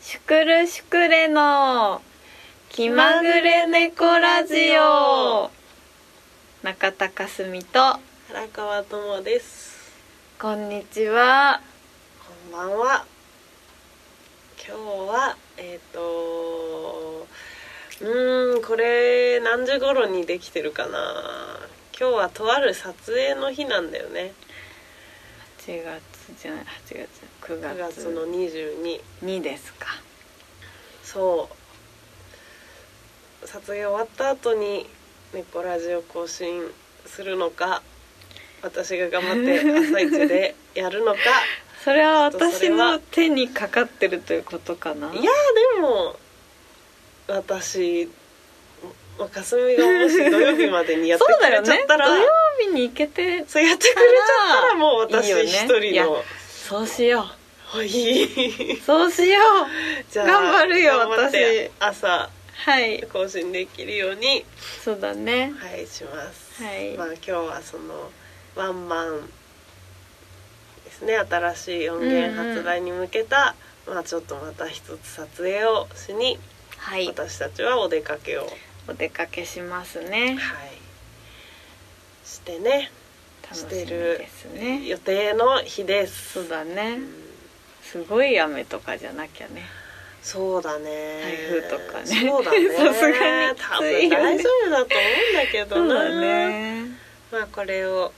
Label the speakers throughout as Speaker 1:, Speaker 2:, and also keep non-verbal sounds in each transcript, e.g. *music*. Speaker 1: シュクルシュクレの気まぐれ猫ラジオ中田かすみと
Speaker 2: 原川智です
Speaker 1: こんにちは
Speaker 2: こんばんは今日はえっ、とうーんこれ何時頃にできてるかな今日はとある撮影の日なんだよね
Speaker 1: 8月じゃない8月9
Speaker 2: 9月
Speaker 1: 月
Speaker 2: の22
Speaker 1: 2ですか
Speaker 2: そう撮影終わった後に猫ラジオ更新するのか私が頑張って朝一でやるのか
Speaker 1: それは
Speaker 2: ちょっとそ
Speaker 1: 私
Speaker 2: れは
Speaker 1: の手にかかってるということかない
Speaker 2: やーでも私まあかすみがもし土曜日までにやっ
Speaker 1: *laughs*
Speaker 2: て
Speaker 1: そう
Speaker 2: く
Speaker 1: だよ
Speaker 2: れちゃ
Speaker 1: ね
Speaker 2: っ
Speaker 1: 土
Speaker 2: たらそう,、
Speaker 1: 曜日に行けて
Speaker 2: やってくれちゃったらもう私
Speaker 1: いいよね
Speaker 2: 一
Speaker 1: い
Speaker 2: 人
Speaker 1: や
Speaker 2: の
Speaker 1: そうしよ
Speaker 2: はいいう
Speaker 1: そうしよう
Speaker 2: じゃあ
Speaker 1: 頑張るよ
Speaker 2: 頑張って朝
Speaker 1: はい
Speaker 2: 更新できるように
Speaker 1: そうだね
Speaker 2: はいします、
Speaker 1: はい
Speaker 2: まあ今日はそのワンマンですね新しい音源発売に向けた、まあちょっとまた一つ撮影をしに、
Speaker 1: はい
Speaker 2: 私たちはお出かけをは
Speaker 1: お出かけしますね
Speaker 2: いしてね
Speaker 1: 楽し
Speaker 2: し
Speaker 1: み
Speaker 2: てる
Speaker 1: ですね
Speaker 2: 予定の日です
Speaker 1: そうだね
Speaker 2: うん
Speaker 1: すごい雨とかじゃなきゃね
Speaker 2: そうだね
Speaker 1: 台風とかね
Speaker 2: そうだ
Speaker 1: *laughs*
Speaker 2: ね
Speaker 1: さすがにき
Speaker 2: 多
Speaker 1: ついよね
Speaker 2: 分大丈夫だと思うんだけど
Speaker 1: そう
Speaker 2: な
Speaker 1: だね
Speaker 2: まあこれを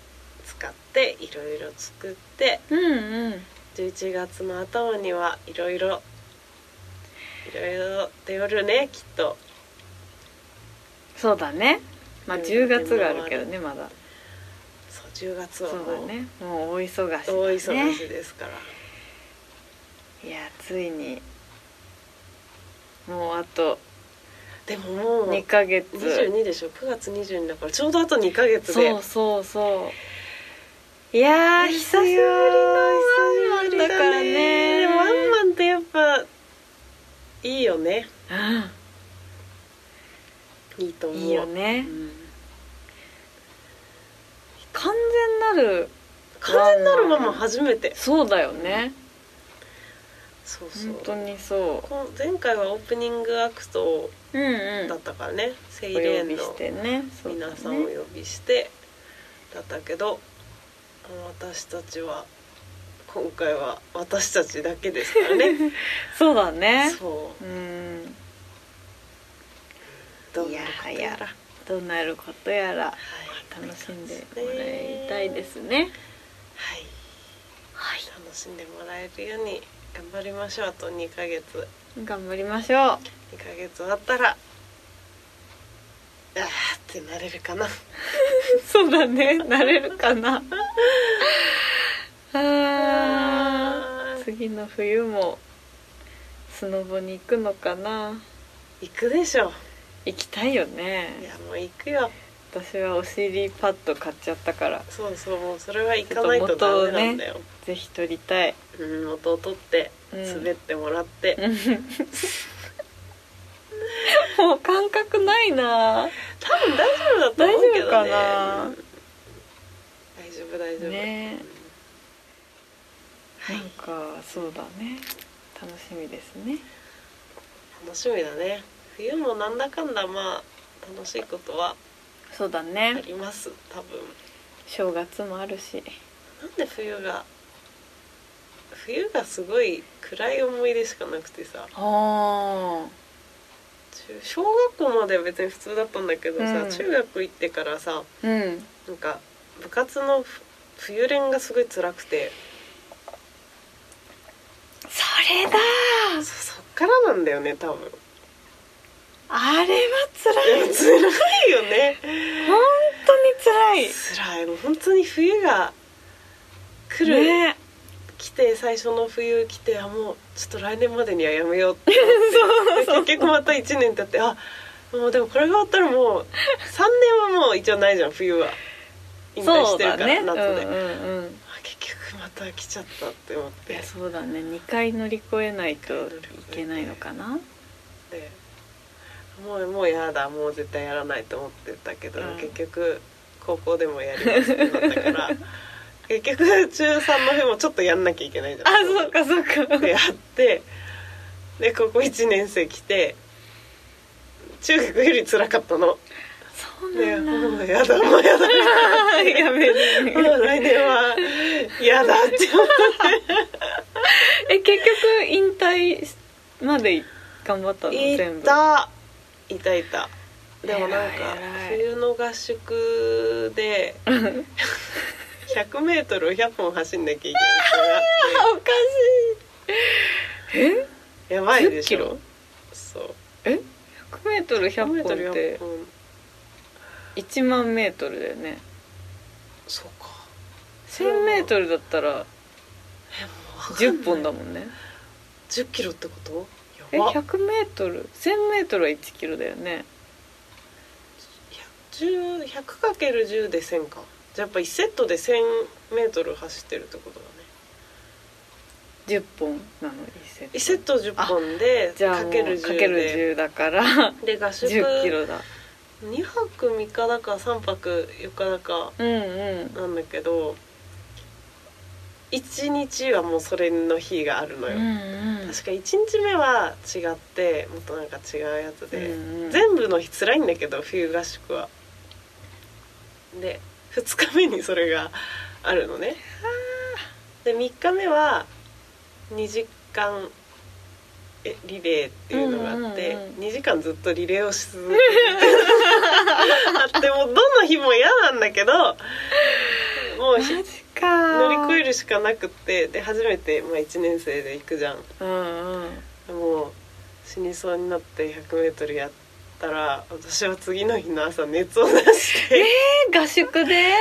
Speaker 2: 使っていろいろ作って
Speaker 1: うんうん
Speaker 2: 11月の頭にはいろいろいろいろ出るねきっと
Speaker 1: そうだねまあ
Speaker 2: うん
Speaker 1: 10月があるけどねまだ
Speaker 2: そう10月
Speaker 1: そう
Speaker 2: はもう
Speaker 1: だねもう大忙しだ
Speaker 2: 大忙
Speaker 1: ね
Speaker 2: しですから、
Speaker 1: いやついにもうあと
Speaker 2: でももう
Speaker 1: 2ヶ月
Speaker 2: 22でしょ9月22だからちょうどあと2ヶ月で
Speaker 1: そうそうそういやー久しぶりのワンマンだからね
Speaker 2: でもワンマンってやっぱいいよねいいと
Speaker 1: うん
Speaker 2: 思う
Speaker 1: いいよね
Speaker 2: うん
Speaker 1: 完全なる
Speaker 2: 完全なるまま初めて
Speaker 1: そうだよね
Speaker 2: そうそう
Speaker 1: 本当にそ
Speaker 2: こん前回はオープニングアクト
Speaker 1: ううんう
Speaker 2: だ
Speaker 1: ん
Speaker 2: ったからね、セイ
Speaker 1: お
Speaker 2: レー
Speaker 1: 呼
Speaker 2: ン
Speaker 1: び
Speaker 2: の
Speaker 1: してねそうだね
Speaker 2: 皆さんをお呼びしてだったけど、私たちは今回は私たちだけですからね
Speaker 1: *laughs* そうだね
Speaker 2: そう
Speaker 1: ーん
Speaker 2: うどうなること
Speaker 1: いや
Speaker 2: や
Speaker 1: は
Speaker 2: ら
Speaker 1: やどうなることやら
Speaker 2: はい
Speaker 1: 楽しんでもらいたいですね
Speaker 2: はい
Speaker 1: はい
Speaker 2: 楽しんでもらえるように頑張りましょうあと2ヶ月
Speaker 1: 頑張りましょう
Speaker 2: 2ヶ月終わったらあーってなれるかな
Speaker 1: そうだね、なれるかな。あー次の冬もスノボに行くのかな。
Speaker 2: 行くでしょ
Speaker 1: 行きたいよ
Speaker 2: い
Speaker 1: ね。
Speaker 2: やもう行くよ
Speaker 1: 私はお尻パッド買っちゃったから、
Speaker 2: そうそうもうそれは行かないとダメなんだよ、
Speaker 1: ぜひ撮りたい。
Speaker 2: うん元を取って
Speaker 1: うん
Speaker 2: 滑ってもらって、
Speaker 1: うんもう感覚ないな。
Speaker 2: 多分大丈夫だと思うけど
Speaker 1: 大丈
Speaker 2: ね
Speaker 1: 夫かな
Speaker 2: うん大丈夫大丈夫
Speaker 1: ね
Speaker 2: は
Speaker 1: ないんかそうだね。楽しみですね。
Speaker 2: 楽しみだね冬もなんだかんだまあ楽しいことは
Speaker 1: そうだ
Speaker 2: あ
Speaker 1: ね。
Speaker 2: ります多分
Speaker 1: 正月もあるし。
Speaker 2: なんで冬が冬がすごい暗い思い出しかなくてさ
Speaker 1: ああ。
Speaker 2: 中小学校までは別に普通だったんだけどさ、
Speaker 1: うん
Speaker 2: 中学行ってからさ
Speaker 1: うん。
Speaker 2: なんか部活のふ冬練がすごい辛くて
Speaker 1: それだ
Speaker 2: そそっからなんだよね多分
Speaker 1: あれは辛い
Speaker 2: いや辛いよね
Speaker 1: *laughs* 本当に
Speaker 2: 辛いもう本当に冬が来
Speaker 1: 辛
Speaker 2: る、
Speaker 1: いね
Speaker 2: 来て最初の冬来てあもうちょっと来年までにはやめようって思っ
Speaker 1: *laughs*
Speaker 2: てで結局また1年経ってあもうでもこれが終わったらもう3年はもう一応ないじゃん冬は引退
Speaker 1: そ
Speaker 2: し
Speaker 1: う
Speaker 2: てる
Speaker 1: だ
Speaker 2: から、
Speaker 1: ねうん
Speaker 2: 夏で、
Speaker 1: う
Speaker 2: あ
Speaker 1: んうん
Speaker 2: 結局また来ちゃったって思っ
Speaker 1: い
Speaker 2: て
Speaker 1: やそうだね2回乗り越えないといけないのかな
Speaker 2: でもうもうやだもう絶対やらないと思ってたけど、
Speaker 1: うん
Speaker 2: 結局高校でもやりますってなったから
Speaker 1: *laughs*
Speaker 2: 結局中3の冬もちょっとやんなきゃいけないじゃ
Speaker 1: あ
Speaker 2: ん
Speaker 1: そうかそうか
Speaker 2: でやってでここ1年生来て中学より辛かったの。
Speaker 1: そう
Speaker 2: ね、
Speaker 1: なん
Speaker 2: も
Speaker 1: だ、
Speaker 2: うやだもうやだ
Speaker 1: やめる
Speaker 2: もう来年はやだって思っ
Speaker 1: *laughs* え結局引退まで頑張ったの
Speaker 2: て
Speaker 1: 全
Speaker 2: い
Speaker 1: 部
Speaker 2: たいたいたでもなんか
Speaker 1: 偉い偉い
Speaker 2: 冬の合宿で 100m を100本走んなきゃいけない人があっ
Speaker 1: おかしいえ
Speaker 2: てやばいで
Speaker 1: 10
Speaker 2: し
Speaker 1: キ
Speaker 2: ょ
Speaker 1: ロ
Speaker 2: そう
Speaker 1: え 100m100 本
Speaker 2: 100m
Speaker 1: って
Speaker 2: 100本
Speaker 1: 1万メートルだよね
Speaker 2: そうか
Speaker 1: 1000メートルだったら10本だもんね
Speaker 2: 1 0キロってこと
Speaker 1: え
Speaker 2: やば
Speaker 1: 100メートル1000メートルは1キロだよね
Speaker 2: 1 0 0 1 0 0で1000かじゃあやっぱ1セットで 1000m 走ってるってことだね
Speaker 1: 10本なの1セット
Speaker 2: 1セット10本で
Speaker 1: じゃあ
Speaker 2: か
Speaker 1: もう
Speaker 2: ける10
Speaker 1: かける
Speaker 2: で
Speaker 1: 10だから
Speaker 2: で合宿
Speaker 1: 10キロだ
Speaker 2: 2泊3日だか3泊4日だか
Speaker 1: うんうん
Speaker 2: なんだけど1日はもうそれの日があるの
Speaker 1: う
Speaker 2: よ、
Speaker 1: んうん
Speaker 2: 確か1日目は違ってもっとなんか違うやつで、
Speaker 1: うんうん
Speaker 2: 全部の日辛いんだけど冬合宿はで2日目にそれがあるのねで3日目は2時間えリレーっていうのがあって、
Speaker 1: うんうんうん
Speaker 2: 2時間ずっとリレーをし
Speaker 1: *laughs*
Speaker 2: 続けてあってもうどの日も嫌なんだけどもう
Speaker 1: マ
Speaker 2: ひ
Speaker 1: ジか
Speaker 2: 乗り越えるしかなくってで初めて、まあ、1年生で行くじゃん。
Speaker 1: うんうん
Speaker 2: もう死にそうになって 100m やったら私は次の日の朝熱を出して、
Speaker 1: え合宿で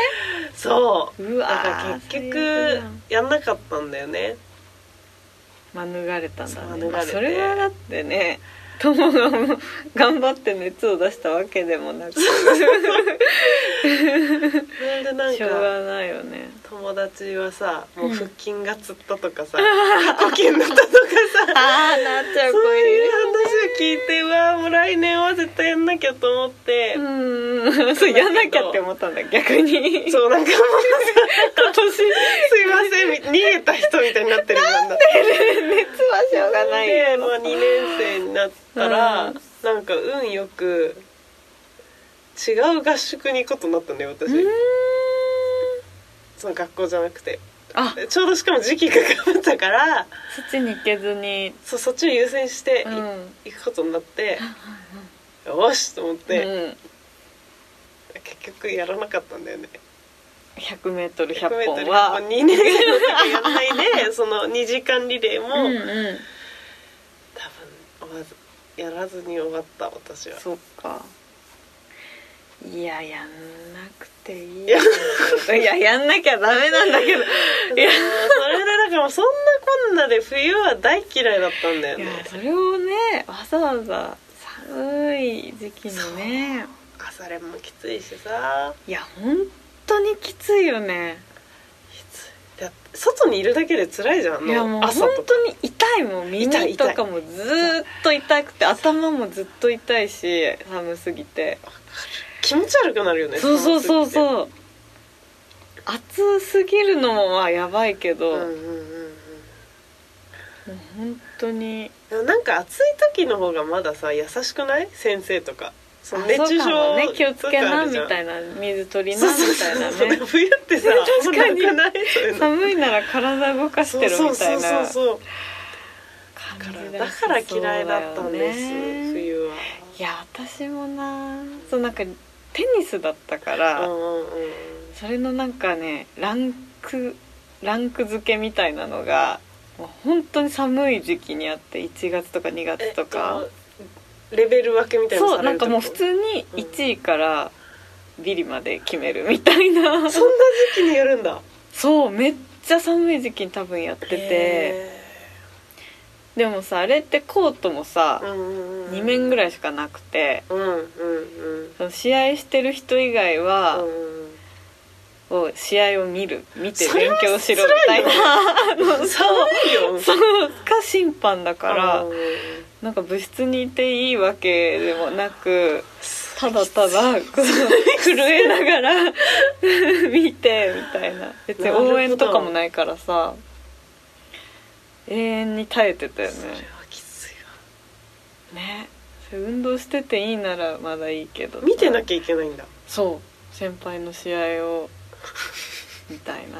Speaker 2: そう
Speaker 1: う
Speaker 2: だ
Speaker 1: わ
Speaker 2: から結局やんなかったんだよね
Speaker 1: 免れたん
Speaker 2: そう
Speaker 1: だね
Speaker 2: 免れて
Speaker 1: まあそれはだってね友がもう頑張って熱を出したわけでもなくし
Speaker 2: なんでなん
Speaker 1: ょう
Speaker 2: か
Speaker 1: がないよね
Speaker 2: 友達はさもう
Speaker 1: うん
Speaker 2: 腹筋がつったとかさ、過去形だったとかさ
Speaker 1: ああなっちゃう
Speaker 2: そ
Speaker 1: 子
Speaker 2: う
Speaker 1: い
Speaker 2: いう
Speaker 1: る
Speaker 2: 話を聞いてうわもう来年は絶対やんなきゃと思って、
Speaker 1: うんうんそうやんなきゃって思ったんだ逆に今年
Speaker 2: そうなんかもうすいません逃げた人みたいになってるじゃんだって
Speaker 1: 熱はしょうがない
Speaker 2: で、まあ、2年生になったら、
Speaker 1: うん
Speaker 2: なんか運よく違う合宿に行くことになったんだよ
Speaker 1: う
Speaker 2: 私、
Speaker 1: ーん
Speaker 2: その学校じゃなくて
Speaker 1: あ
Speaker 2: でちょうどしかも時期がかぶったから
Speaker 1: そっちに行けずに
Speaker 2: そうそっちを優先してい
Speaker 1: うん
Speaker 2: 行くことになって、よしと思って、
Speaker 1: うん
Speaker 2: 結局やらなかったんだよね
Speaker 1: 100m100
Speaker 2: 100m
Speaker 1: 本は
Speaker 2: 2年生の時やん
Speaker 1: *laughs*
Speaker 2: ないでその2時間リレーも、
Speaker 1: うんう
Speaker 2: 多分
Speaker 1: ん
Speaker 2: 終わずやらずに終わった私は。
Speaker 1: そっかいややんなくていい
Speaker 2: いや
Speaker 1: *laughs* いややんなきゃダメなんだけど
Speaker 2: いやそれでなんかもうそんなこんなで冬は大嫌いだったんだよ
Speaker 1: い
Speaker 2: ね
Speaker 1: やそれをねわざわざ寒い時期にね
Speaker 2: 朝練もきついしさ
Speaker 1: いや本当にきついよね
Speaker 2: きついだって外にいるだけで辛いじゃんあの
Speaker 1: いやもう
Speaker 2: 朝
Speaker 1: 本
Speaker 2: とか
Speaker 1: 当に痛いもん
Speaker 2: 痛い
Speaker 1: 耳
Speaker 2: 痛い
Speaker 1: とかもずーっと痛くて頭もずっと痛いし寒すぎて
Speaker 2: 気持ち悪くなるよね
Speaker 1: そうそうそう
Speaker 2: う
Speaker 1: そう暑すぎるのもまあやばいけど、
Speaker 2: うんうんうんうん
Speaker 1: もう本当に
Speaker 2: でもなんか暑い時の方がまださ優しくない先生とかその熱中
Speaker 1: あそうかも
Speaker 2: 症
Speaker 1: ね気をつけなみた
Speaker 2: い
Speaker 1: いな水取り
Speaker 2: そ
Speaker 1: な
Speaker 2: う
Speaker 1: み
Speaker 2: そう
Speaker 1: たいな
Speaker 2: そうそう
Speaker 1: ね
Speaker 2: 冬ってさ
Speaker 1: 確かに
Speaker 2: あんまなくないそういうの
Speaker 1: 寒いなら体動かしてるみたいな
Speaker 2: そうそうそう
Speaker 1: 感
Speaker 2: そうだか
Speaker 1: じ
Speaker 2: らだから嫌いだったんです、
Speaker 1: そうだよね
Speaker 2: 冬はい
Speaker 1: や私もなそうなんかテニスだったから、
Speaker 2: うんうんうん
Speaker 1: それのなんかねランクランク付けみたいなのがもう本当に寒い時期にあって1月とか2
Speaker 2: え
Speaker 1: 月
Speaker 2: っ
Speaker 1: とか、
Speaker 2: レベル分けみたいなの
Speaker 1: そう
Speaker 2: さ
Speaker 1: な
Speaker 2: れ
Speaker 1: ん
Speaker 2: る
Speaker 1: かもう
Speaker 2: って
Speaker 1: 普
Speaker 2: こと
Speaker 1: 通に1位からビリまで決めるみたい
Speaker 2: *laughs*
Speaker 1: な
Speaker 2: そんな時期にやるんだ
Speaker 1: そうめっちゃ寒い時期に多分やってて
Speaker 2: へ
Speaker 1: でもさあれってコートもさ
Speaker 2: ーうんうんうん
Speaker 1: 2面ぐらいしかなくて
Speaker 2: うんうんうん
Speaker 1: その試合してる人以外は
Speaker 2: う、ん
Speaker 1: を試合を見る見て
Speaker 2: それ
Speaker 1: 勉
Speaker 2: は
Speaker 1: 強しろみたいな
Speaker 2: うん寒い
Speaker 1: *laughs*
Speaker 2: よ
Speaker 1: そうか審判だから
Speaker 2: うん
Speaker 1: なんか部室にいていいわけでもなくただただこ
Speaker 2: *laughs*
Speaker 1: う震えながら *laughs* 見てみたいな別に応援とかもないからさ永遠に耐えてたよ
Speaker 2: それは
Speaker 1: ね
Speaker 2: きついわ
Speaker 1: ねそれ運動してていいならまだいいけど
Speaker 2: 見てな
Speaker 1: ゃ
Speaker 2: きゃいけないんだ
Speaker 1: そう先輩の試合
Speaker 2: *laughs*
Speaker 1: をみたいな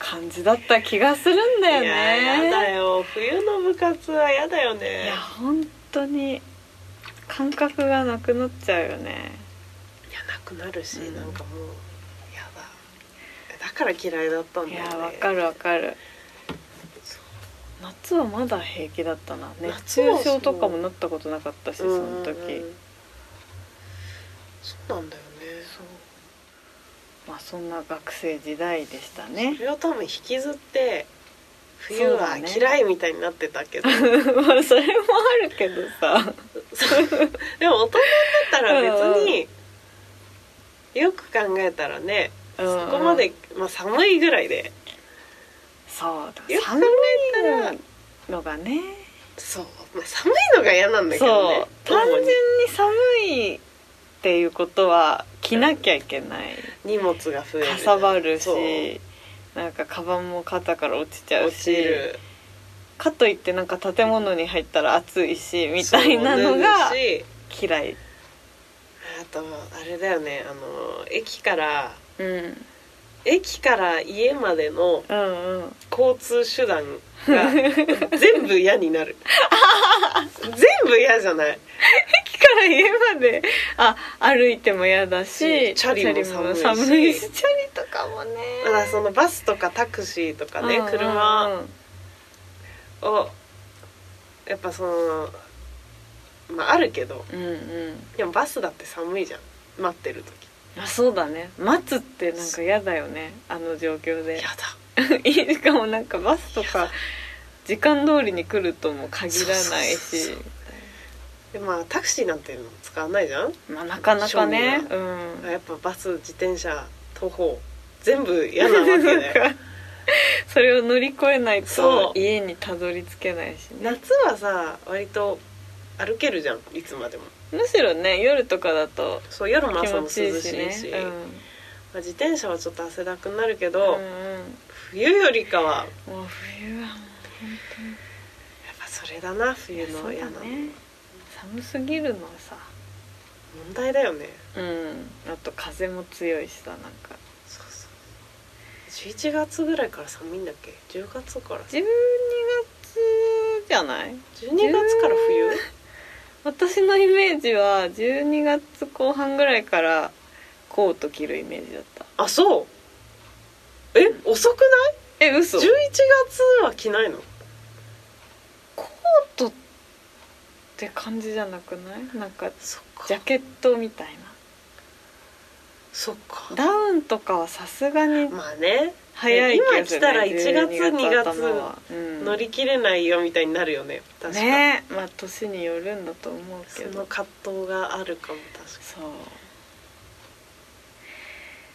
Speaker 1: 感じだった気がするんだよ
Speaker 2: いや
Speaker 1: ね
Speaker 2: やだよ冬の部活はやだよ
Speaker 1: い
Speaker 2: ね
Speaker 1: や本当に感覚がなくなっちゃうよね
Speaker 2: いやなくなるし、
Speaker 1: うん
Speaker 2: なんかもうやだだから嫌いだったん
Speaker 1: い
Speaker 2: だよ
Speaker 1: や
Speaker 2: ね
Speaker 1: わかるわかる
Speaker 2: そう
Speaker 1: 夏はまだ平気だったな熱
Speaker 2: 夏は
Speaker 1: 中
Speaker 2: そう
Speaker 1: 症とかもなったことなかったしその時
Speaker 2: うんうんうんそうなんだよね
Speaker 1: そうまあそんな学生時代でしたね
Speaker 2: それを多分引きずって冬
Speaker 1: そう
Speaker 2: は
Speaker 1: だね
Speaker 2: 嫌いみたいになってたけ
Speaker 1: *laughs*
Speaker 2: ど、
Speaker 1: まあそれもあるけどさ
Speaker 2: *laughs* でも大人になったら別によく考えたらね、
Speaker 1: そ
Speaker 2: そこまで、まあ、寒いぐらいで
Speaker 1: そうだ
Speaker 2: よく考
Speaker 1: 寒
Speaker 2: えたら
Speaker 1: いのがね
Speaker 2: そう、まあ、寒いのが嫌なんだけど
Speaker 1: そ
Speaker 2: ね
Speaker 1: う単純
Speaker 2: 主
Speaker 1: に寒いっていうことは着なきゃいけない、
Speaker 2: に荷物が増える
Speaker 1: かさばる
Speaker 2: そう
Speaker 1: しなんかカバンも肩から落ちちゃう
Speaker 2: 落
Speaker 1: し
Speaker 2: ちる
Speaker 1: かといってなんか建物に入ったら暑いしみたいなのが
Speaker 2: そう脱ぐし
Speaker 1: 嫌い
Speaker 2: あとあれだよねあの駅から
Speaker 1: うん、
Speaker 2: 駅から家までの
Speaker 1: うんうん
Speaker 2: 交通手段
Speaker 1: *laughs*
Speaker 2: が全部嫌になる全部嫌じゃない
Speaker 1: 駅から家まであ歩いても嫌だし
Speaker 2: チャリも寒いし
Speaker 1: チャリも寒いしチャリとかもね
Speaker 2: だからそのバスとかタクシーとかね
Speaker 1: うんうんうん
Speaker 2: 車をやっぱそのまああるけど
Speaker 1: うんうん
Speaker 2: でもバスだって寒いじゃん待ってる時
Speaker 1: あそうだね待つってなんか嫌だよねあの状況で
Speaker 2: やだ
Speaker 1: いいしかもなんかバスとか時間通りに来るとも限らない
Speaker 2: そう
Speaker 1: し
Speaker 2: そうそでまあタクシーなんて使わないじゃん
Speaker 1: まあなかなかね
Speaker 2: 庶民
Speaker 1: うん
Speaker 2: やっぱバス自転車徒歩全部嫌なわけだ
Speaker 1: *laughs*
Speaker 2: よ
Speaker 1: それを乗り越えない
Speaker 2: そ
Speaker 1: と
Speaker 2: う
Speaker 1: 家にたどり着けないしね
Speaker 2: 夏はさ割と歩けるじゃんいつまでも
Speaker 1: むしろね夜とかだと
Speaker 2: そう夜も
Speaker 1: 気
Speaker 2: 朝も
Speaker 1: 持
Speaker 2: 涼し
Speaker 1: ちい
Speaker 2: い
Speaker 1: い
Speaker 2: し
Speaker 1: しねうん
Speaker 2: まあ、自転車はちょっと汗だくになるけ
Speaker 1: う
Speaker 2: ど、
Speaker 1: ん
Speaker 2: 冬よりかはやっ
Speaker 1: うんもう冬はもう
Speaker 2: ぱそれだな冬
Speaker 1: そ
Speaker 2: の
Speaker 1: う
Speaker 2: 嫌
Speaker 1: だ
Speaker 2: なの、
Speaker 1: ね寒すぎるのはさ
Speaker 2: 問題だよね
Speaker 1: うんあと風も強いしさなんか
Speaker 2: そうそう11月ぐらいから寒いんだっけ10月から
Speaker 1: 12月じゃない
Speaker 2: 12月から冬
Speaker 1: 私のイメージは12月後半ぐらいからコート着るイメージだった
Speaker 2: あそうえ遅くない
Speaker 1: え嘘
Speaker 2: ?11 月は着ないの
Speaker 1: コートって感じじゃなくないなんか
Speaker 2: そっか
Speaker 1: ジャケットみたい
Speaker 2: そっ
Speaker 1: な
Speaker 2: か
Speaker 1: ダウンとかはさすがに
Speaker 2: まあね
Speaker 1: 早い気がする、ね、
Speaker 2: 今着たら1月
Speaker 1: 12
Speaker 2: 2
Speaker 1: 頭はうん、
Speaker 2: 乗り切れないよみたいになるよね確かに、
Speaker 1: ねまあ年によるんだと思うけ
Speaker 2: その
Speaker 1: ど
Speaker 2: 葛藤があるかも確か
Speaker 1: そう
Speaker 2: に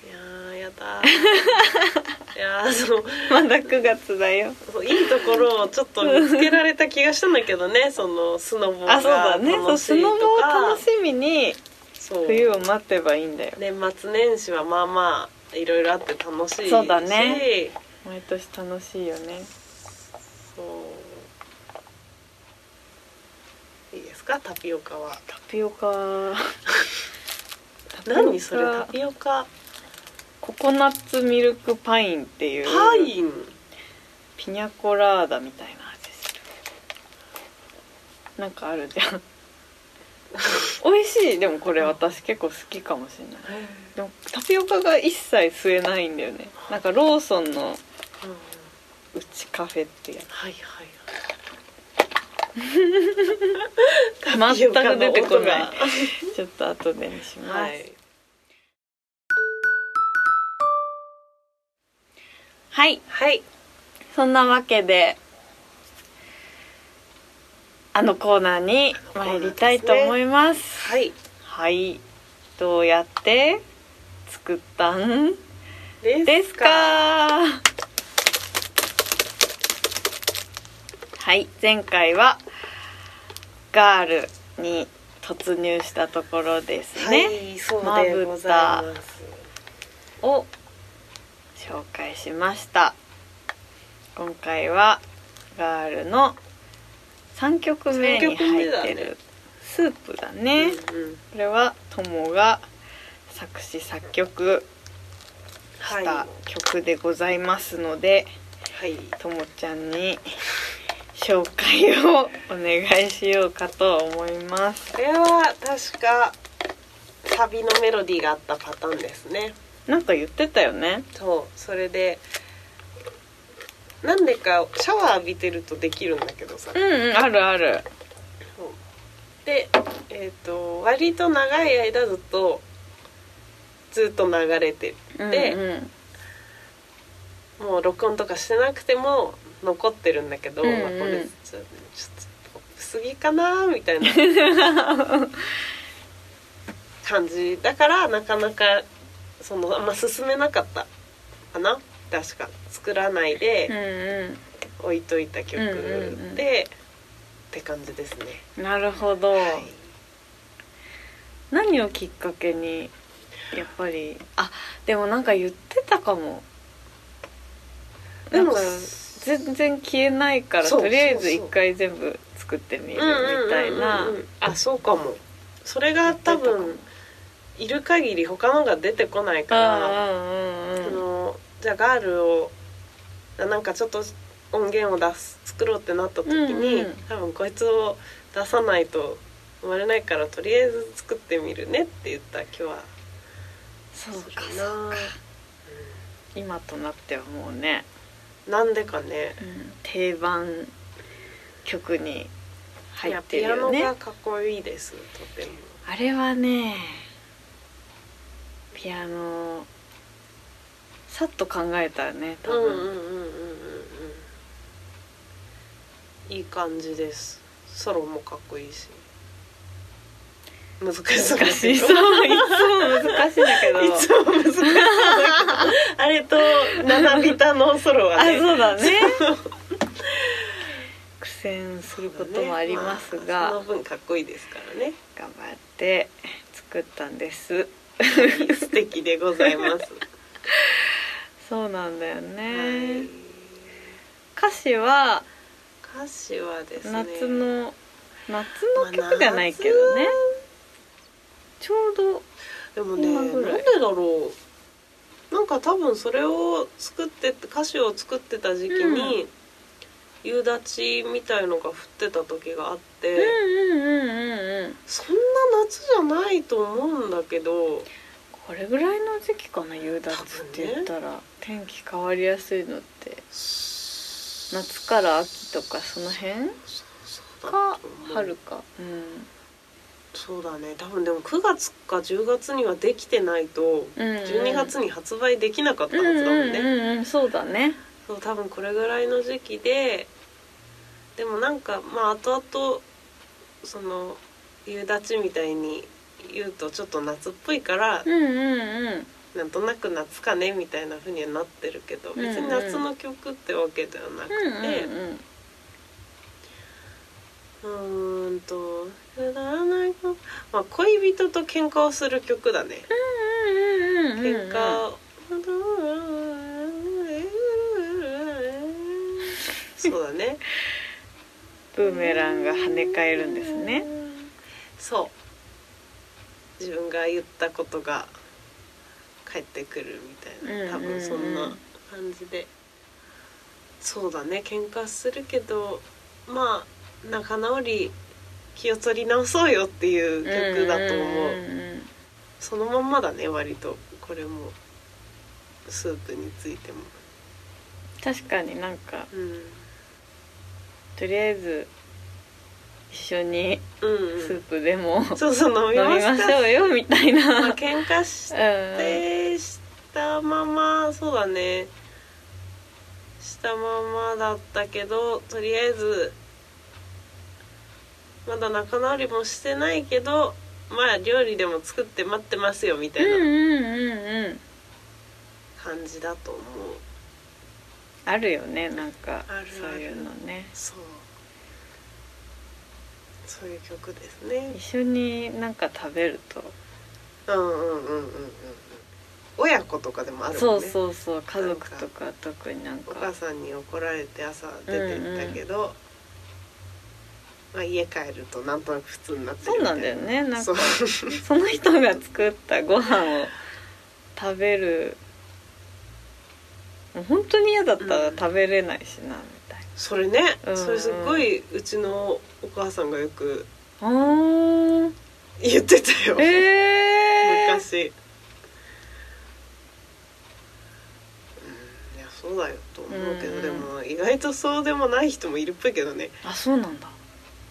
Speaker 2: いやーやだ *laughs* ーいやーその
Speaker 1: まだ9月だよ
Speaker 2: そういいところをちょっと見つけられた気がしたんだけどねそのスノボが
Speaker 1: あそうだねそう
Speaker 2: 楽し
Speaker 1: ス
Speaker 2: いと
Speaker 1: ノボを
Speaker 2: か
Speaker 1: 楽しみに
Speaker 2: そう
Speaker 1: 冬を待てばいいんだよ
Speaker 2: 年末年始はまあまあいろいろあって楽しいし
Speaker 1: そうだね毎年楽しいよね
Speaker 2: そういいですかタピオカは
Speaker 1: タピオカタピオカ
Speaker 2: 何それタピオカ
Speaker 1: ココナッツミルクパインっていう
Speaker 2: パイン
Speaker 1: ピニャコラーダみたいな味するなんかあるじゃん *laughs* 美味しいでもこれ私結構好きかもしれないでもタピオカが一切吸えないんだよねなんかローソンの
Speaker 2: うん
Speaker 1: うちカフェってや
Speaker 2: はいはいは
Speaker 1: 全
Speaker 2: いタピオカ
Speaker 1: く
Speaker 2: の
Speaker 1: 出てこ
Speaker 2: 音
Speaker 1: ない
Speaker 2: が
Speaker 1: ちょっと後でにします、
Speaker 2: はい
Speaker 1: はい、
Speaker 2: はい
Speaker 1: そんなわけであのコーナーに参りたいと思います
Speaker 2: はい
Speaker 1: はいどうやって作ったん
Speaker 2: で
Speaker 1: ですす
Speaker 2: か
Speaker 1: かはい前回はガールに突入したところですね、
Speaker 2: はいそうでございます
Speaker 1: を紹介しました今回はガールの3曲目に入って
Speaker 2: 三曲目だ
Speaker 1: る、
Speaker 2: そう
Speaker 1: スープだね、こ
Speaker 2: うんうん
Speaker 1: れは友が作詞作曲
Speaker 2: は
Speaker 1: し
Speaker 2: い
Speaker 1: た
Speaker 2: は
Speaker 1: 曲でございますので、
Speaker 2: い
Speaker 1: ともちゃんに紹介をお願いしようかと思います
Speaker 2: これは確かサビのメロディーがあったパターンですね
Speaker 1: なんか言ってたよね
Speaker 2: そうそれでなんでかシャワー浴びてるとできるんだけどさ
Speaker 1: うんうんあるある
Speaker 2: そうでえっ、と割と長い間ずっとずっと流れてで
Speaker 1: うんうん
Speaker 2: もう録音とかしてなくても残ってるんだけど、
Speaker 1: うんうん
Speaker 2: まあ、これちょっとポップすぎかなみたいな
Speaker 1: *laughs*
Speaker 2: 感じだからなかなかそのあんま進めなかったかな確か作らないで
Speaker 1: うん
Speaker 2: 置いといた曲で、
Speaker 1: うんうんうん
Speaker 2: って感じですね。
Speaker 1: うんなるほど、
Speaker 2: はい
Speaker 1: 何をきっかけにやっぱりあでもなんか言ってたかも
Speaker 2: で
Speaker 1: な
Speaker 2: も
Speaker 1: んか全然消えないから
Speaker 2: そう
Speaker 1: とりあえず
Speaker 2: そうそ
Speaker 1: 一
Speaker 2: う
Speaker 1: 回全部作ってみるみ
Speaker 2: うんうんうんうんうん
Speaker 1: たいな
Speaker 2: あそうかもそれが多分いる限り他のが出てこないか
Speaker 1: あ
Speaker 2: ら、そのじゃあガールをあなんかちょっと音源を出す作ろうってなった時に、
Speaker 1: うんうん
Speaker 2: 多分こいつを出さないと生まれないからとりあえず作ってみるねって言った今日は
Speaker 1: そうか
Speaker 2: する
Speaker 1: そう
Speaker 2: な
Speaker 1: 今となってはもうね、
Speaker 2: なんでかね
Speaker 1: うん定番曲に入
Speaker 2: い
Speaker 1: っ
Speaker 2: や
Speaker 1: て
Speaker 2: ピ
Speaker 1: る
Speaker 2: ア
Speaker 1: よ
Speaker 2: ノ
Speaker 1: ね
Speaker 2: がかっこいいですとても
Speaker 1: あれはねピアノさっと考えたらね多
Speaker 2: うんうんうんうん
Speaker 1: 分、
Speaker 2: うんうんいい感じですソロもかっこいいし難しそうだ
Speaker 1: 難し
Speaker 2: け
Speaker 1: い
Speaker 2: ど
Speaker 1: そういつも難しいんだ *laughs* けど
Speaker 2: いつも難しそうだけどあれと七ビタのソロ
Speaker 1: あ
Speaker 2: はね
Speaker 1: そうだね苦戦することもありますが、
Speaker 2: あその分かっこいいですから
Speaker 1: *laughs*
Speaker 2: ね
Speaker 1: 頑張って作ったんです
Speaker 2: 素敵でございます、
Speaker 1: そうなんだよね、
Speaker 2: はい
Speaker 1: 歌詞は
Speaker 2: 歌詞はですね
Speaker 1: 夏の、夏の曲じゃないけどね、
Speaker 2: まあ
Speaker 1: ちょうど
Speaker 2: でもね
Speaker 1: 今
Speaker 2: なん
Speaker 1: ぐ
Speaker 2: で
Speaker 1: らい
Speaker 2: だろうなんか多分それを作って歌詞を作ってた時期に、夕立みたいのが降ってた時があって、
Speaker 1: うんうんうんうんうん
Speaker 2: そんな夏じゃないと思うんだけど
Speaker 1: これぐらいの時期かな夕立って言ったら、天気変わりやすいのって夏から秋とかその辺
Speaker 2: そうだ
Speaker 1: か
Speaker 2: と思う
Speaker 1: 春かうん
Speaker 2: そうだね多分でも9月か10月にはできてないと
Speaker 1: うんうん
Speaker 2: 12月に発売できなかった
Speaker 1: う
Speaker 2: は
Speaker 1: んう
Speaker 2: ずだもん
Speaker 1: ん
Speaker 2: ね、
Speaker 1: うんうんそうだね
Speaker 2: そう多分これぐらいの時期ででもなんかまあ後々その夕立みたいに言うとちょっと夏っぽいから、
Speaker 1: うんうんうん
Speaker 2: なんとなく夏かねみたいな風にはなってるけど
Speaker 1: うんうん
Speaker 2: 別に夏の曲ってわけではなく
Speaker 1: うんうん
Speaker 2: て
Speaker 1: うん
Speaker 2: うーんとくだらないことまあ恋人と喧嘩をする曲だね。
Speaker 1: うんうんうんうん
Speaker 2: 喧嘩をそうだね
Speaker 1: ブーメランが跳ね返るんですね
Speaker 2: そう自分が言ったことが返ってくるみたいな多
Speaker 1: うんうんうん
Speaker 2: 分そんな感じで、そうだね喧嘩するけどまあ仲直り気を取り直そうよっていう曲だと思う,、
Speaker 1: んんん
Speaker 2: そのまんまだね割とこれもスープについても
Speaker 1: 確かになんか
Speaker 2: うん、
Speaker 1: とりあえず一緒に
Speaker 2: うん
Speaker 1: ス
Speaker 2: う
Speaker 1: ープでも、
Speaker 2: ん、そうそう飲み
Speaker 1: 飲
Speaker 2: ま
Speaker 1: み
Speaker 2: すか
Speaker 1: ましょうよみたいな、
Speaker 2: まあ喧嘩し
Speaker 1: う
Speaker 2: でしたままそうだねしたままだったけどとりあえずまだ仲直りもしてないけどまあ料理でも作って待ってますよみたい
Speaker 1: ん、うん
Speaker 2: な
Speaker 1: うんうんうん
Speaker 2: 感じだと思う、
Speaker 1: あるよねなんか
Speaker 2: あるある
Speaker 1: そういうのね
Speaker 2: そうそういう曲ですね
Speaker 1: 一緒になんか食べると、
Speaker 2: うんうんうんうんうんうん親子とかでもあるも
Speaker 1: そ
Speaker 2: ん
Speaker 1: う
Speaker 2: ね
Speaker 1: そうそう家族とか特になん
Speaker 2: お
Speaker 1: か
Speaker 2: 母さんに怒られて朝出てったけど、まあ、家帰るとなんとなく普通になってる
Speaker 1: そうなんだよねなん
Speaker 2: そ
Speaker 1: か *laughs*
Speaker 2: う
Speaker 1: その人が作ったご飯を食べるもう本当に嫌だったら食べれないしな、みたい
Speaker 2: それね、
Speaker 1: うん
Speaker 2: それすっごいうちのお母さんがよく
Speaker 1: なあ
Speaker 2: 言ってたよ、
Speaker 1: ーえー、
Speaker 2: 昔、うん、いやそうだよと思うけど、
Speaker 1: うん
Speaker 2: でも意外とそうでもない人もいるっぽいけどね、
Speaker 1: あそうなんだ、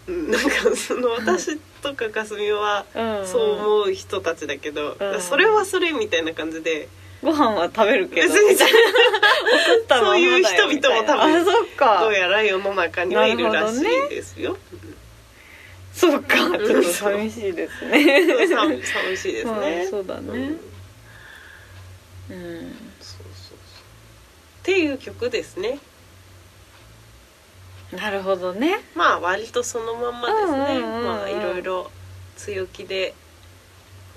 Speaker 2: うん、なんかその私とかかすみは
Speaker 1: うん、
Speaker 2: そう思う人たちだけど、
Speaker 1: うん
Speaker 2: それはそれみたいな感じで
Speaker 1: ご飯は食べるけ
Speaker 2: 別
Speaker 1: ど
Speaker 2: *laughs* に
Speaker 1: 怒ったままだよ
Speaker 2: そういう人々も多分
Speaker 1: みたいなあそっか
Speaker 2: どうやら世の中にはいるらしいですよ。
Speaker 1: そうかちょっと寂しいですね
Speaker 2: そう寂寂しいです
Speaker 1: まあ
Speaker 2: ね。
Speaker 1: そうだね
Speaker 2: うん
Speaker 1: うん
Speaker 2: そうそうそうっていう曲ですね。
Speaker 1: なるほどね
Speaker 2: まあ割とそのまんまで
Speaker 1: うんう
Speaker 2: すね。
Speaker 1: んうんうん
Speaker 2: まあいろいろ強気で、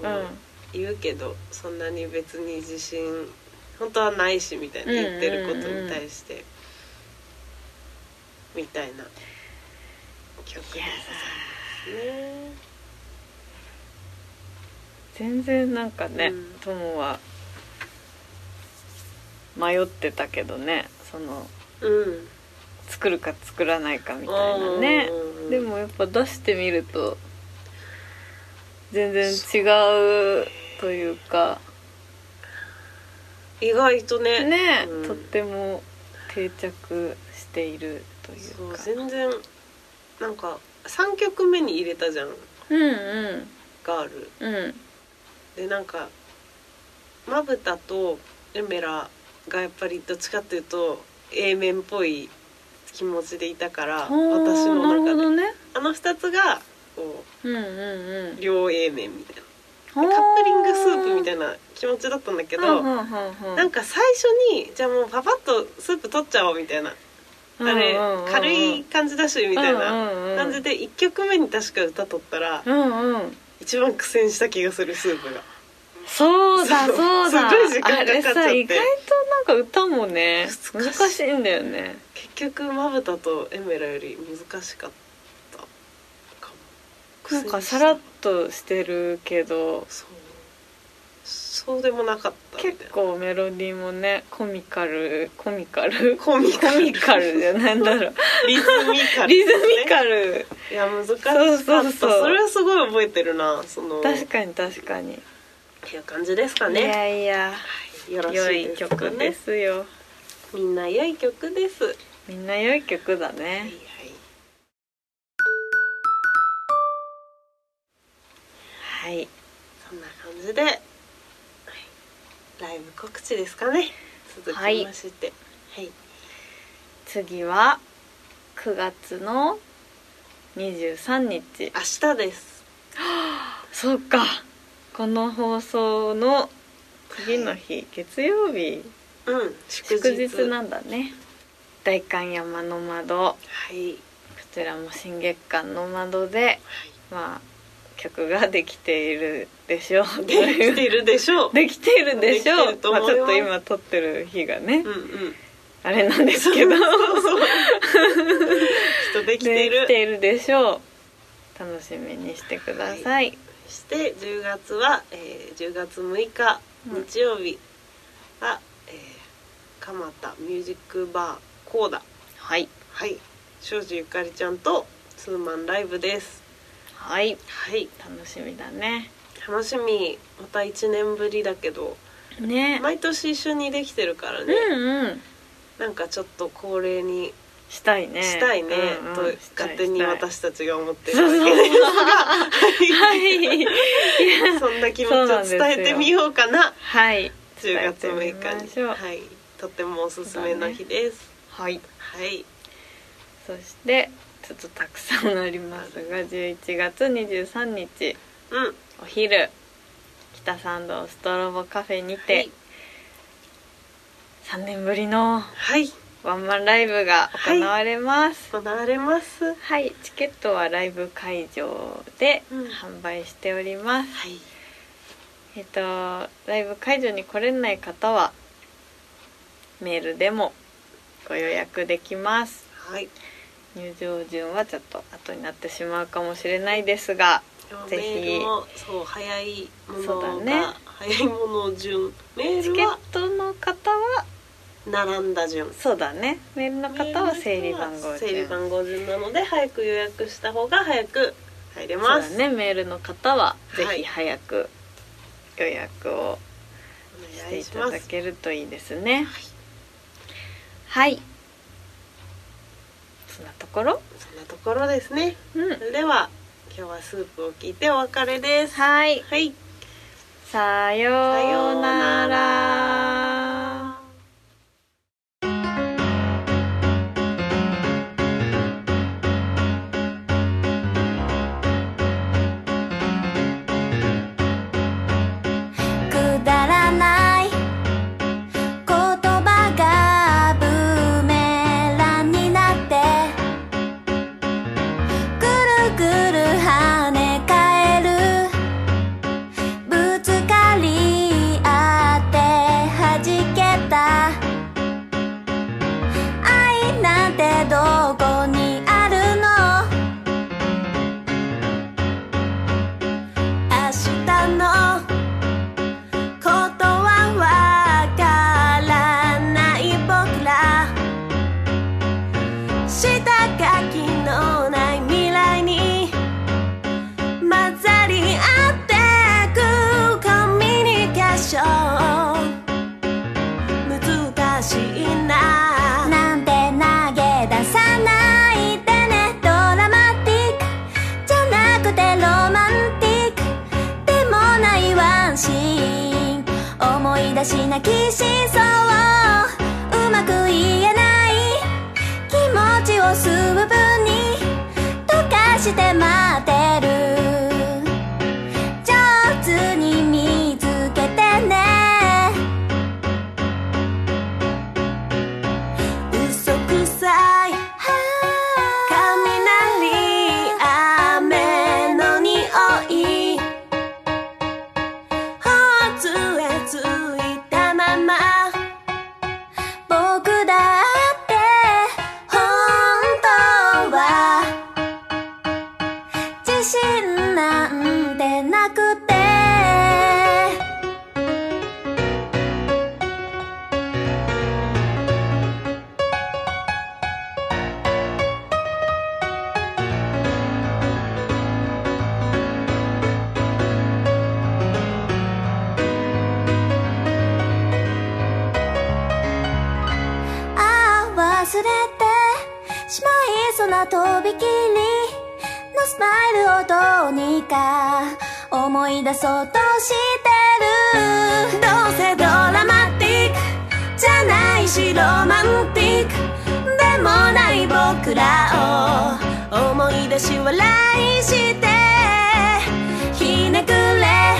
Speaker 1: う、
Speaker 2: うん言うけどそんなに別に自信本当はないしみたいな言ってることに対して、みたいな曲です
Speaker 1: いや
Speaker 2: ね。
Speaker 1: 全然なんかね
Speaker 2: うん
Speaker 1: 友、は迷ってたけどねその
Speaker 2: うん。
Speaker 1: 作るか作らないかみたいなね
Speaker 2: うん
Speaker 1: でもやっぱ出してみると全然違うというか
Speaker 2: 意外とね。
Speaker 1: ね、
Speaker 2: うん
Speaker 1: とっても定着しているという
Speaker 2: そう
Speaker 1: か
Speaker 2: 全然なんか3曲目に入れたじゃん
Speaker 1: うんうん
Speaker 2: ガール
Speaker 1: うん
Speaker 2: でなんかまぶたとエメラがやっぱりどっちかっていうと A 面っぽい気持ちでいたから
Speaker 1: ほー
Speaker 2: 私の
Speaker 1: なるほ
Speaker 2: 中で
Speaker 1: どね
Speaker 2: あの2つがこ
Speaker 1: うんうんうん
Speaker 2: う両 A 面みたいな
Speaker 1: カッ
Speaker 2: カップリングスープみ
Speaker 1: い
Speaker 2: たいな気持ちだったんだけ
Speaker 1: け
Speaker 2: ど、
Speaker 1: な
Speaker 2: なんか最初にじゃあもうパパッとスープ取っちゃおうみたいな、あれ軽い感じだしみたいな感じで1曲目に確か歌取ったら、
Speaker 1: うんうん
Speaker 2: 一番苦戦した気がするスープが
Speaker 1: そうだ
Speaker 2: そう
Speaker 1: そうだ
Speaker 2: すごい時間かかっちゃって
Speaker 1: あれさ意外となんか歌もね
Speaker 2: 難しい
Speaker 1: 難しいんだよね
Speaker 2: 結局まぶたとエメラより難しかったかも苦
Speaker 1: なん
Speaker 2: 戦した
Speaker 1: かさらっとしてるけど
Speaker 2: そうそうでもなかったみたいな
Speaker 1: 結構メロディーもねコミカルコミカル
Speaker 2: コミカル
Speaker 1: コミカルじゃなんだろ
Speaker 2: リズミカ
Speaker 1: う
Speaker 2: ルで
Speaker 1: リ
Speaker 2: す
Speaker 1: ズ
Speaker 2: ね、
Speaker 1: ミカル
Speaker 2: いや難しかった
Speaker 1: そうそうそう
Speaker 2: れはすごい覚えてるなその
Speaker 1: 確かに確かに
Speaker 2: っていう感じですか
Speaker 1: い
Speaker 2: ね
Speaker 1: やいや
Speaker 2: よろしい
Speaker 1: 良
Speaker 2: で
Speaker 1: い
Speaker 2: すかね
Speaker 1: 曲ですよ
Speaker 2: みんな良い曲ですは
Speaker 1: みんな良い曲だね
Speaker 2: いはい
Speaker 1: はい
Speaker 2: そんな感じで、はいライブ告知ですかね続きましてはい
Speaker 1: 次は9月の23日
Speaker 2: 明日です
Speaker 1: そうかこの放送の次の日、月曜日
Speaker 2: うん祝
Speaker 1: 祝
Speaker 2: 日
Speaker 1: 日なんだね大観山の窓こ
Speaker 2: はい、
Speaker 1: ちらも新月間の窓でまあ曲ができているでしょう
Speaker 2: はい、
Speaker 1: という
Speaker 2: できているでしょ
Speaker 1: *laughs*
Speaker 2: う
Speaker 1: できているでし
Speaker 2: でき
Speaker 1: ょ
Speaker 2: て
Speaker 1: う
Speaker 2: ると
Speaker 1: ま
Speaker 2: 思
Speaker 1: あ
Speaker 2: い
Speaker 1: ちょ
Speaker 2: ます
Speaker 1: っと今撮ってる日がね、
Speaker 2: うんうん
Speaker 1: あれなんですけど
Speaker 2: そうそう人できてい
Speaker 1: で
Speaker 2: る
Speaker 1: きているでしょう楽しみにしてください
Speaker 2: そして10月は、えー、10月6日
Speaker 1: うん
Speaker 2: 日曜日は、えー、蒲田ミュージックバーコーダ
Speaker 1: はい
Speaker 2: はい庄司ゆかりちゃんとツーマンライブです
Speaker 1: はい
Speaker 2: はい
Speaker 1: 楽しみだね
Speaker 2: 楽しみまた1年ぶりだけど
Speaker 1: ね
Speaker 2: 毎年一緒にできてるから
Speaker 1: う
Speaker 2: ね、
Speaker 1: んうん
Speaker 2: なんかちょっと恒例に
Speaker 1: したいね
Speaker 2: したいね、
Speaker 1: うんうん
Speaker 2: と
Speaker 1: したい
Speaker 2: 勝手に
Speaker 1: したい
Speaker 2: 私たちが思ってる
Speaker 1: そ
Speaker 2: わ
Speaker 1: うそう
Speaker 2: けですが
Speaker 1: はい
Speaker 2: はいそんな気持ちを伝えてみようかな
Speaker 1: はい
Speaker 2: 10月6日
Speaker 1: 伝えてみましょ
Speaker 2: に
Speaker 1: う
Speaker 2: はいとてもおすすめの日です、
Speaker 1: はい
Speaker 2: はい
Speaker 1: そしてちょっとたくさんなりますが11月23日
Speaker 2: うん
Speaker 1: お昼北参道ストロボカフェに
Speaker 2: は
Speaker 1: て
Speaker 2: い
Speaker 1: 3年ぶりの
Speaker 2: はい
Speaker 1: ワンマンライブが行われます
Speaker 2: 行われますは
Speaker 1: はい、チケットはライブ会場で
Speaker 2: うん
Speaker 1: 販売しております、
Speaker 2: い
Speaker 1: えっとライブ会場に来れない方はメールでもご予約できます
Speaker 2: はい
Speaker 1: え入場順はちょっと後になってしまうかもしれないですがぜひ
Speaker 2: メールもそう早いもの
Speaker 1: そうだ
Speaker 2: が、
Speaker 1: ね
Speaker 2: 早いもの順メ
Speaker 1: チ
Speaker 2: ール
Speaker 1: ケッ
Speaker 2: は
Speaker 1: トの方は
Speaker 2: 並んだ順
Speaker 1: そうだねメールの方は整理番号
Speaker 2: 整理
Speaker 1: 順
Speaker 2: 番号順なので早く予約した方が早く入れ
Speaker 1: そう
Speaker 2: ま
Speaker 1: だ
Speaker 2: す、
Speaker 1: ねメールの方はぜ
Speaker 2: はい
Speaker 1: ひ早く予約を
Speaker 2: お
Speaker 1: し
Speaker 2: 願
Speaker 1: て
Speaker 2: い
Speaker 1: い
Speaker 2: したま
Speaker 1: だ
Speaker 2: す
Speaker 1: けるといいですねはいそんなところ
Speaker 2: そんなところですね
Speaker 1: うん
Speaker 2: それでは今日はスープを聞いてお別れです
Speaker 1: はい
Speaker 2: はい
Speaker 1: さような
Speaker 2: さような
Speaker 1: ら
Speaker 3: 「くだらない言葉がブーメランになって」「ぐるぐる跳ね返る」「ぶつかり合ってはじけた」「愛なんてどこにあるの?」「明日の」ことはわからない僕ら下書きのない未来に混ざり合ってくコミュニケーション難しいななんて投げ出さないでねドラマティックじゃなくてロマンティックでもないワンシーン思い出しなき真相をうまく言えない気持ちを数分に溶かして待ってる上手に見つけてね嘘くさい雷雨の匂いほつれついたまま僕だって本当は自信なんてなくてああ忘れてしまいそうなとびきりのスマイルをどうにか思い出そうとしてるどうせドラマティックじゃないしロマンティックでもない僕らを思い出し笑いしてひねくれ